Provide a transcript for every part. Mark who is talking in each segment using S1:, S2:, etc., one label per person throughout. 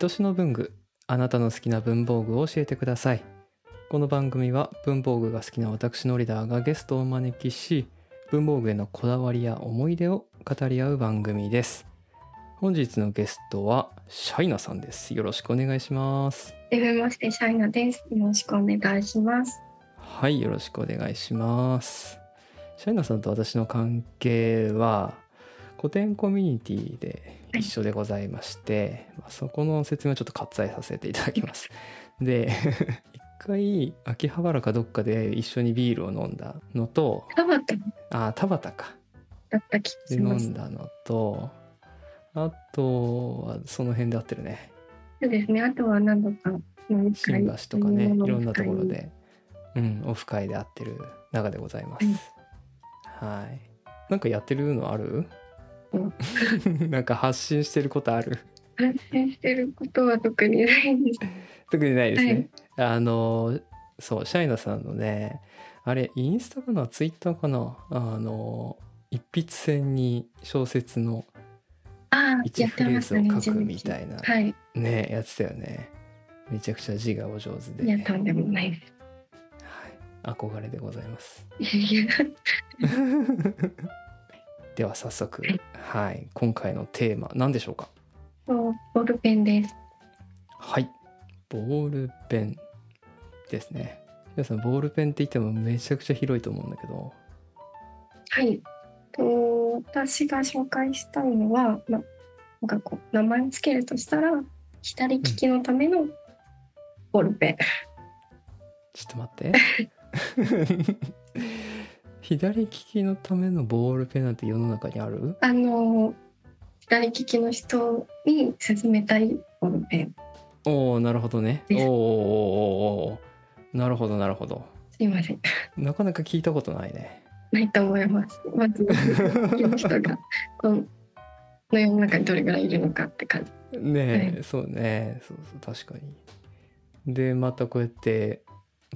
S1: 愛しの文具あなたの好きな文房具を教えてくださいこの番組は文房具が好きな私のリーダーがゲストをお招きし文房具へのこだわりや思い出を語り合う番組です本日のゲストはシャイナさんですよろしくお願いします
S2: はじめまして、シャイナです。よろしくお願いします。
S1: はいよろしくお願いしますシャイナさんと私の関係は古典コミュニティで一緒でございまして、まあそこの説明をちょっと割愛させていただきますで 一回秋葉原かどっかで一緒にビールを飲んだのと
S2: タバタ
S1: あ田畑か
S2: だった気が
S1: で
S2: し
S1: 飲
S2: ます
S1: ん。だのとあとはその辺で合ってるね
S2: そうですね。あとは何度か飲み会
S1: 新橋とかね
S2: 飲み
S1: い
S2: 会
S1: ろんなところで、うん、オフ会で会ってる中でございます。はいなんかやってるのある
S2: う ん
S1: なんか発信してることある
S2: 反省してることは特にないんです。
S1: 特にないですね。あのそうシャイナさんのねあれインスタかなツイッターかなあの一筆線に小説の
S2: ああ、
S1: 一
S2: やっ
S1: フ
S2: て
S1: レー
S2: ま
S1: ズ
S2: す
S1: を
S2: ね。
S1: 書くみたいな、
S2: 一時期はい。
S1: ねやってたよねめちゃくちゃ字がお上手で、
S2: いや、
S1: ね
S2: とんでもないです。
S1: はい、憧れでございます。
S2: いや
S1: では早速
S2: はい、
S1: はい、今回のテーマ何でしょうか。
S2: そう ボールペンです。
S1: はい、ボールペンですね。皆さんボールペンって言ってもめちゃくちゃ広いと思うんだけど、
S2: はい。と私が紹介したいのは、ま、なんかこう名前をつけるとしたら左利きのためのボールペン。
S1: ちょっと待 って。左利きのためのボールペンなんて世の中にある？
S2: あの左利きの人に勧めたいボールペン。
S1: おお、なるほどね。お
S2: で
S1: ーお
S2: す
S1: ーおーおーおーなるほどなるほど。
S2: すいません、
S1: なかなか聞いたことないね。
S2: ないと思います。まず左利きの人がこの世の中にどれぐらいいるのかって感じ。
S1: ねえ、
S2: は
S1: そうねそうそう確かにでまたこうやって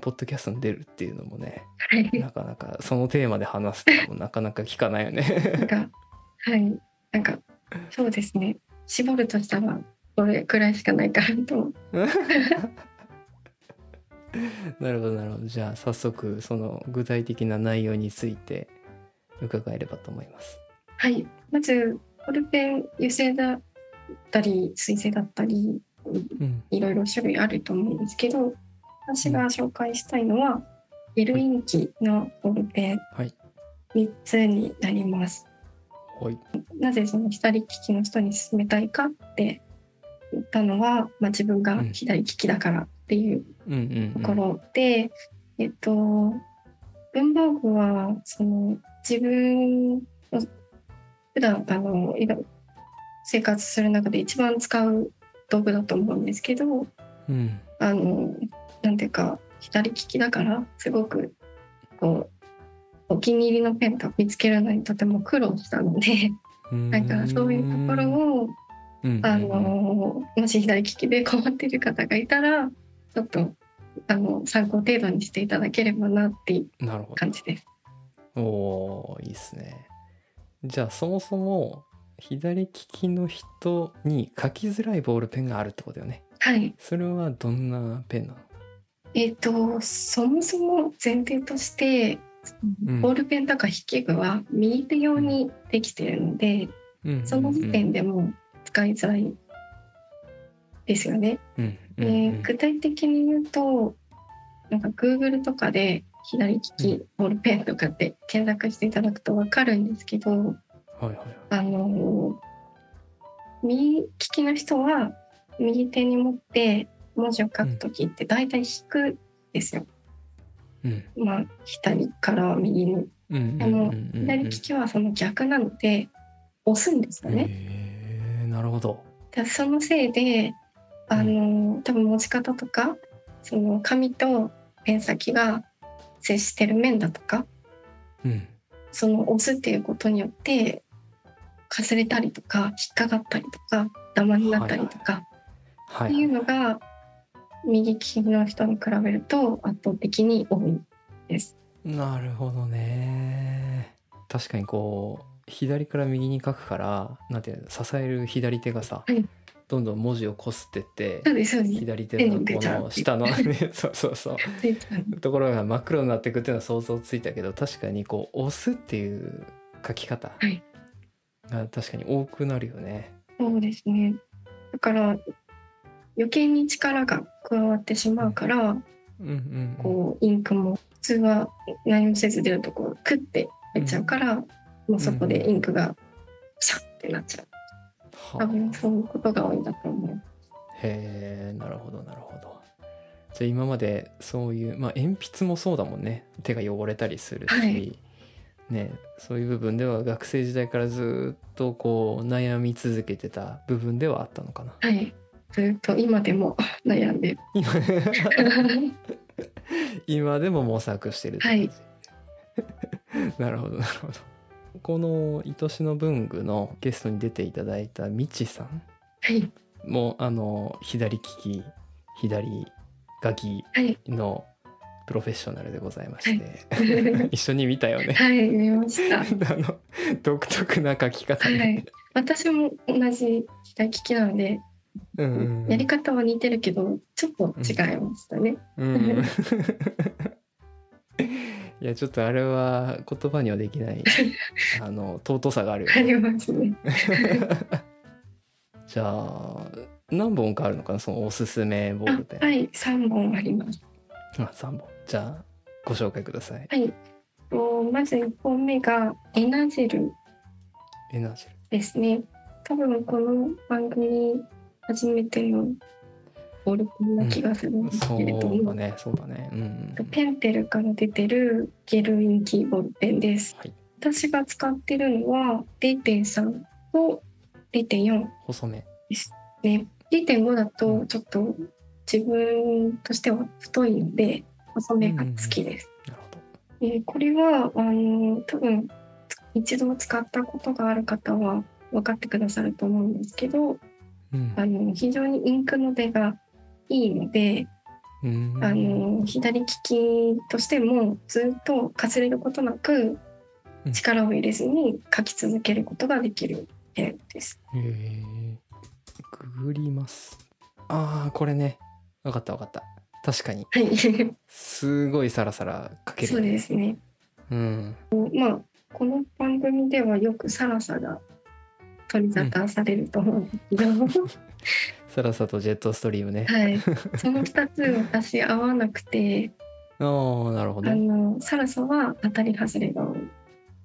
S1: ポッドキャストに出るっていうのもね
S2: はい。
S1: なかなかそのテーマで話すってのも なかなか聞かないよ
S2: な
S1: ね
S2: んかはい。なんかそうですね。絞るとしたらこれくらいしかないかなと。
S1: なるほどなるほどじゃあ早速その具体的な内容について伺えればと思います
S2: はい。まずボールペン油性だったり水性だったり
S1: うん
S2: いろいろ種類あると思うんですけど私が紹介したいのはゲルインキのボールペン
S1: はい
S2: 3つになります。
S1: はい
S2: なぜその左利きの人に勧めたいかって言ったのは、まあ、自分が左利きだからっていう
S1: うんうん、う
S2: と
S1: ん、
S2: ころで、えっと文房具はその自分の普段あのいろ生活する中で一番使う道具だと思うんですけど、
S1: うん
S2: あのなんていうか左利きだからすごくこうお気に入りのペンと見つけるのにとても苦労したのでなんかそういうところを
S1: うん
S2: あのもし左利きで困っている方がいたらちょっとあの参考程度にしていただければなっていう
S1: なるほど
S2: 感じです。
S1: おーいいっすねじゃあそもそも左利きの人に書きづらいボールペンがあるってことよね
S2: はい、
S1: それはどんなペンなの
S2: えっ、とそもそも前提として
S1: うん
S2: ボールペンとか筆記具は右手用にできているので、
S1: うん
S2: その時点
S1: で、
S2: でもう使いづらいですよね。
S1: うん
S2: で具体的に言うとなんか Google とかで左利きボールペンとかって検索していただくと分かるんですけど、
S1: はいはいはい
S2: あのー右利きの人は右手に持って文字を書く時って大体引くんですよ。
S1: うん
S2: まあ左から右に。
S1: うん
S2: あの左利きはその逆なので押すんですよね。
S1: ねなるほど
S2: だからそのせいであの多分持ち方とかその紙とペン先が接してる面だとか
S1: うん
S2: その押すっていうことによってかすれたりとか引っかかったりとかダマになったりとか、
S1: は
S2: っていうのが右利きの人に比べると圧倒的に多いです。
S1: なるほどね確かにこう左から右に書くからなんていうの支える左手がさ、
S2: はい
S1: どんどん文字をこすってって
S2: そうですそうです
S1: 左手のこ
S2: 手にぐちゃっ
S1: の
S2: て
S1: 下の ねそうそうそう
S2: ついちゃう
S1: ところが真っ黒になっていくっていうのは想像ついたけど確かにこう押すっていう書き方
S2: はい
S1: が確かに多くなるよね。
S2: そうですねだから余計に力が加わってしまうから、
S1: うんうんうん
S2: こうインクも普通は何もせず出るとこうクッて入っちゃうから、もうそこでインクがシャッってなっちゃ
S1: は
S2: う多分そういうことが多いんだと思う
S1: へえなるほどなるほど。じゃあ今までそういう、まあ、鉛筆もそうだもんね手が汚れたりするし、
S2: はい
S1: ね、そういう部分では学生時代からずっとこう悩み続けてた部分ではあったのか な。
S2: はいずっと今でも 悩んでる
S1: 今今でも模索してるって感じ、 なるほどなるほどこの「愛しの文具」のゲストに出ていただいたみちさん
S2: はい
S1: もあの左利き左書き
S2: はい
S1: のプロフェッショナルでございまして、
S2: は
S1: 一緒に見たよね
S2: い見ました
S1: あの独特な書き方ね、
S2: はい私も同じ左利きなので、
S1: うんうんうん
S2: やり方は似てるけどちょっと違いましたね、
S1: うん、 いやちょっとあれは言葉にはできない あの尊さがあるよ
S2: あ
S1: ね
S2: りますね
S1: じゃあ何本かあるのかなそのおすすめボールペン
S2: あはい3本あります
S1: あ3本じゃあご紹介ください
S2: はい。とまず1本目がエナジェル
S1: エナジェル
S2: ですね。多分この番組初めてのボールペンな気がするんです
S1: そ
S2: けれど
S1: う
S2: も、
S1: だねそうだねうんうんうん
S2: ペンペルから出てるゲルインキーボールペンです。
S1: はい
S2: 私が使ってるのは0.3と0.4
S1: 細め
S2: ね。0.5だとちょっと自分としては太いので細めが好きです。
S1: なるほど
S2: えーこれはあの多分一度使ったことがある方は分かってくださると思うんですけど
S1: うん
S2: あの非常にインクの出がいいので、
S1: うん
S2: あの左利きとしてもずっとかすれることなく
S1: うん
S2: 力を入れずに書き続けることができるペンです。
S1: へえググりますああこれねわかったわかった確かに
S2: はい、そ
S1: すごいサラサラ書ける
S2: うですね。
S1: うん
S2: まあこの番組ではよくサラサが取り沙汰されると思うんですけど。
S1: サラサとジェットストリームね、
S2: はい、その2つ私合わなくて、
S1: ああなるほど
S2: あのサラサは当たり外れが多い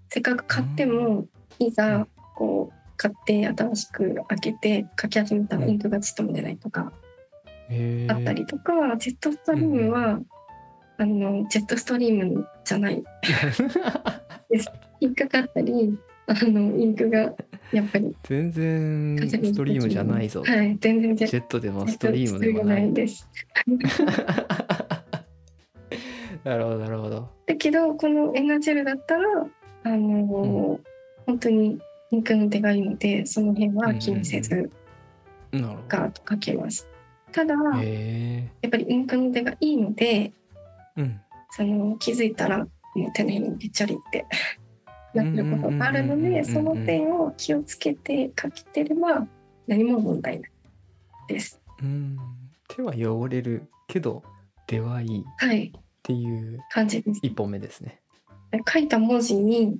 S2: せっかく買っても、いざこう買って新しく開けて書き始めたらインクがちっとも出ないとか
S1: へー
S2: あったりとか、ジェットストリームは、あのジェットストリームじゃない引っかかったりあのインクがやっぱり
S1: 全然ストリームじゃないぞ、
S2: はい全然ジェ
S1: ジ
S2: ッ
S1: ェットでも
S2: ト
S1: ストリームでも
S2: スト
S1: な
S2: リ
S1: い
S2: ームないです。
S1: なるほどなるほど
S2: だけどこのエナジェルだったらあのー本当にインクの手がいいのでその辺は気にせず
S1: なるほど
S2: ガーッと描けます。ただ、や
S1: へ
S2: っぱりインクの手がいいので
S1: えうん
S2: その気づいたらもう手のひらにべっちゃりってなってることがあるの
S1: うんうんうんうんうんう
S2: で
S1: ん
S2: その点を気をつけて描きてれば何も問題ないです。
S1: うん手は汚れるけど手はいいっ
S2: はい
S1: ていう
S2: 感じです。
S1: 一本目ですね
S2: 書いた文字に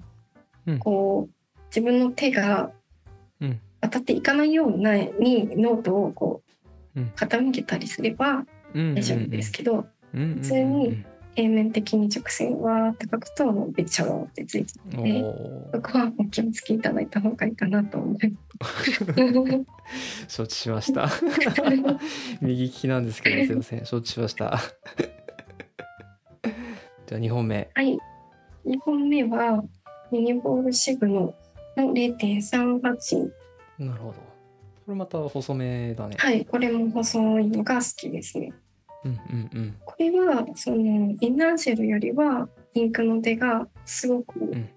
S1: うん
S2: こう自分の手が
S1: うん
S2: 当たっていかないようなにノートをこう
S1: うん
S2: 傾けたりすれば大丈夫ですけど、
S1: 普
S2: 普通に平面的に直線わーって書くともうべちゃーってついて
S1: お
S2: ね
S1: ー
S2: そこはお気をつけいただいた方がいいかなと 思います。
S1: 承知しま した右利きなんですけ どすいません承知しました じゃあ2本目
S2: はい2本目はミニボールシグノの0.38
S1: なるほどこれまた細めだね
S2: はいこれも細いのが好きですね。
S1: うんうんうん
S2: これはそのエナージェルよりはインクの出がすごく
S1: ん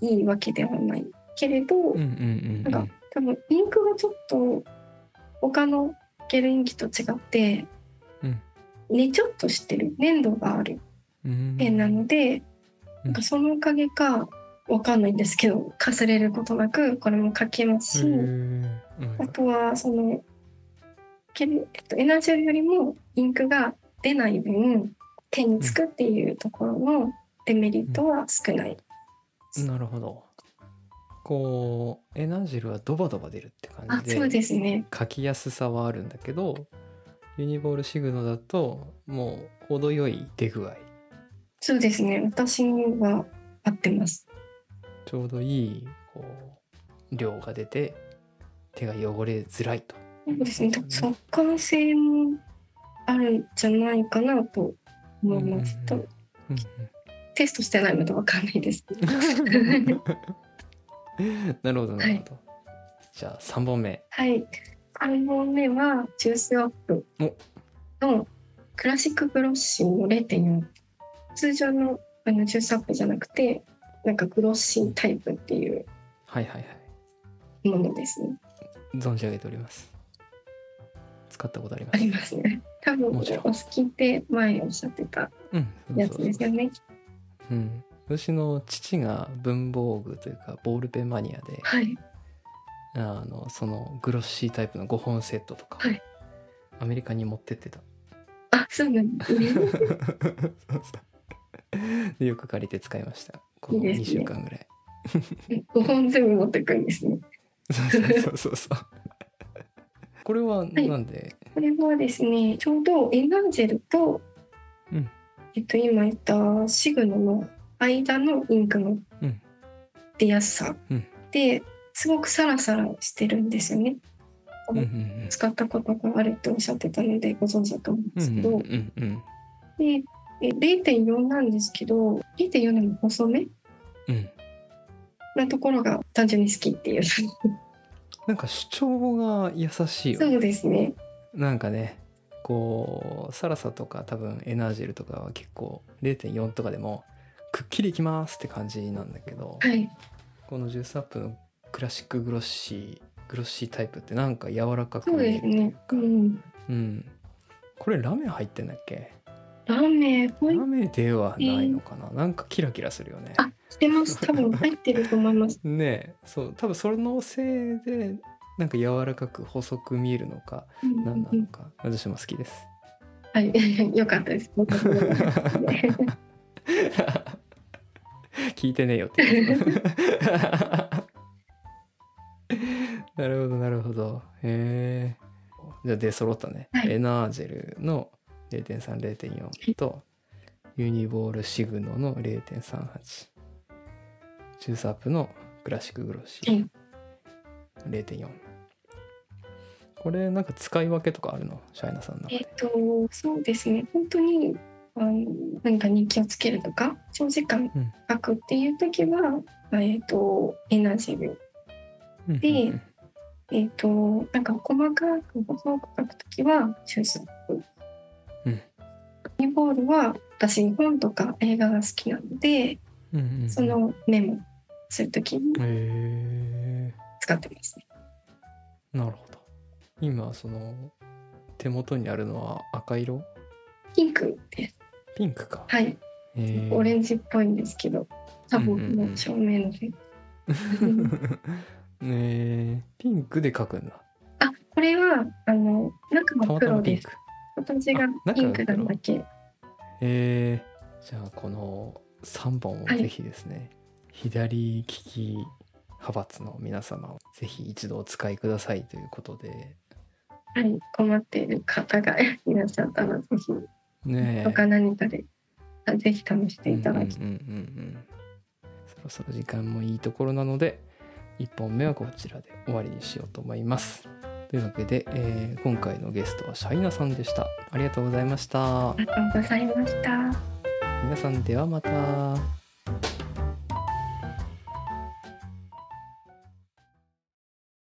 S2: いいわけではないけれど、
S1: うんうんうんう
S2: なん
S1: ん
S2: か多分インクがちょっと他のゲルインキと違って、
S1: うん
S2: ねちょっとしてる粘土がある
S1: うん
S2: ペンなので、
S1: うん
S2: なんかそのおかげかわかんないんですけどかすれることなくこれも書けますし、
S1: へーうん
S2: あとはそのける、えっと、エナジェルよりもインクが出ない分手につくっていうところのデメリットは少ない。
S1: なるほど。こうエナジェルはドバドバ出るって感
S2: あ
S1: じで
S2: そうですね。
S1: 書きやすさはあるんだけどユニボールシグノだともう程よい出具合
S2: そうですね。私には合ってます。
S1: ちょうどいいこう量が出て手が汚れづらいと。
S2: そうですね。速乾性もあるんじゃないかなと思います。
S1: うん
S2: とテストしてないのでわかんないですけど。
S1: なるほどなるほど。じゃあ3本目。
S2: はい。3本目はジュースアップのクラシックブロッシング0.4。通常のあのジュースアップじゃなくて、なんかグロッシンタイプっていう
S1: はいはいはい。
S2: ものですね。
S1: 存じ上げております。使ったことありま
S2: あ
S1: す。
S2: りますね。多分
S1: も
S2: お
S1: ちろん
S2: 好きって前おっしゃってた
S1: うん。
S2: やつですよね。
S1: うん、私の父が文房具というかボールペンマニアで
S2: はい。
S1: あのそのグロッシータイプの5本セットとか、
S2: はい
S1: アメリカに持ってってた
S2: あ、そうなんですね。
S1: そうそうでよく借りて使いましたこの
S2: いいです
S1: 2
S2: ね
S1: 週間ぐ らい
S2: 5本全部持ってくんですね。
S1: そうそうそうそうこれはなんで、
S2: これはですね、ちょうどエナージェルと、
S1: うん
S2: えっと、今言ったシグノの間のインクの
S1: うん
S2: 出やすさ、
S1: うん
S2: ですごくサラサラしてるんですよね。
S1: うんうん
S2: 使ったことがあるっておっしゃってたのでご存知だと思うん
S1: う
S2: です
S1: ん
S2: け
S1: う
S2: ど、
S1: んうんうん
S2: でえ0.4なんですけど0.4でも細め
S1: うん
S2: なところが単純に好きっていう
S1: なんか主張が優しいよね
S2: そうですね
S1: なんかねこうサラサとか多分エナージェルとかは結構0.4とかでもくっきりいきますって感じなんだけど、
S2: はい
S1: このジュースアップのクラシックグロッシーグロッシータイプってなんか柔らかく
S2: そう
S1: 見
S2: で
S1: える
S2: す
S1: という
S2: ね
S1: か、
S2: うん
S1: うん、これラメ入ってんだっけ
S2: ラーメン入
S1: ラ
S2: っ
S1: メではないのかな、なんかキラキラするよね
S2: あてます多分入ってると思います
S1: ねえそう多分それのせいでなんか柔らかく細く見えるのか
S2: うん
S1: 何なのか、私も好きです
S2: はい、 よかったです。僕もよか ったですね
S1: 聞いてねえよって言うやつ なるほどなるほどへえじゃあ出揃ったね、
S2: はい
S1: エナージェルの0.30.4とユニボールシグノの0.38ジュースアップのクラシックグロッシ
S2: は
S1: ー
S2: い
S1: 0.4これなんか使い分けとかあるのシャイナさんの中
S2: えっ
S1: で
S2: と、そうですね。本当に、あの、何かに気をつけるとか、長時間
S1: うん
S2: 書くっていう時は、あえっと、エナジール。
S1: うん
S2: で
S1: うん
S2: えっと、なんか細かく、細く書く時は、シューズアップ。
S1: うん
S2: ニボールは、私、本とか映画が好きなので、
S1: うんうんうん
S2: そのメモする時に
S1: へえ
S2: 使ってますね。
S1: なるほど。今その手元にあるのは赤色
S2: ピンクです。
S1: ピンクか。
S2: はい。
S1: えー
S2: オレンジっぽいんですけど、多分この照明のせい。
S1: ねえピンクで描くんだ。
S2: あ、これはあの中
S1: た
S2: は
S1: また
S2: 黒
S1: まピン
S2: です。
S1: ク。
S2: 私が
S1: あ
S2: ピンクなだけ。
S1: えー、じゃあこの3本をぜひですね、左利き派閥の皆様をぜひ一度お使いくださいということで。
S2: はい、困っている方がいらっしゃったらぜひ
S1: ねえ。
S2: 他何かで、あぜひ試していただき、
S1: うんうんうんうんそろそろ時間もいいところなので1本目はこちらで終わりにしようと思いますというわけで、えー今回のゲストはシャイナさんでしたありがとうございました
S2: ありがとうございました。
S1: 皆さんではまた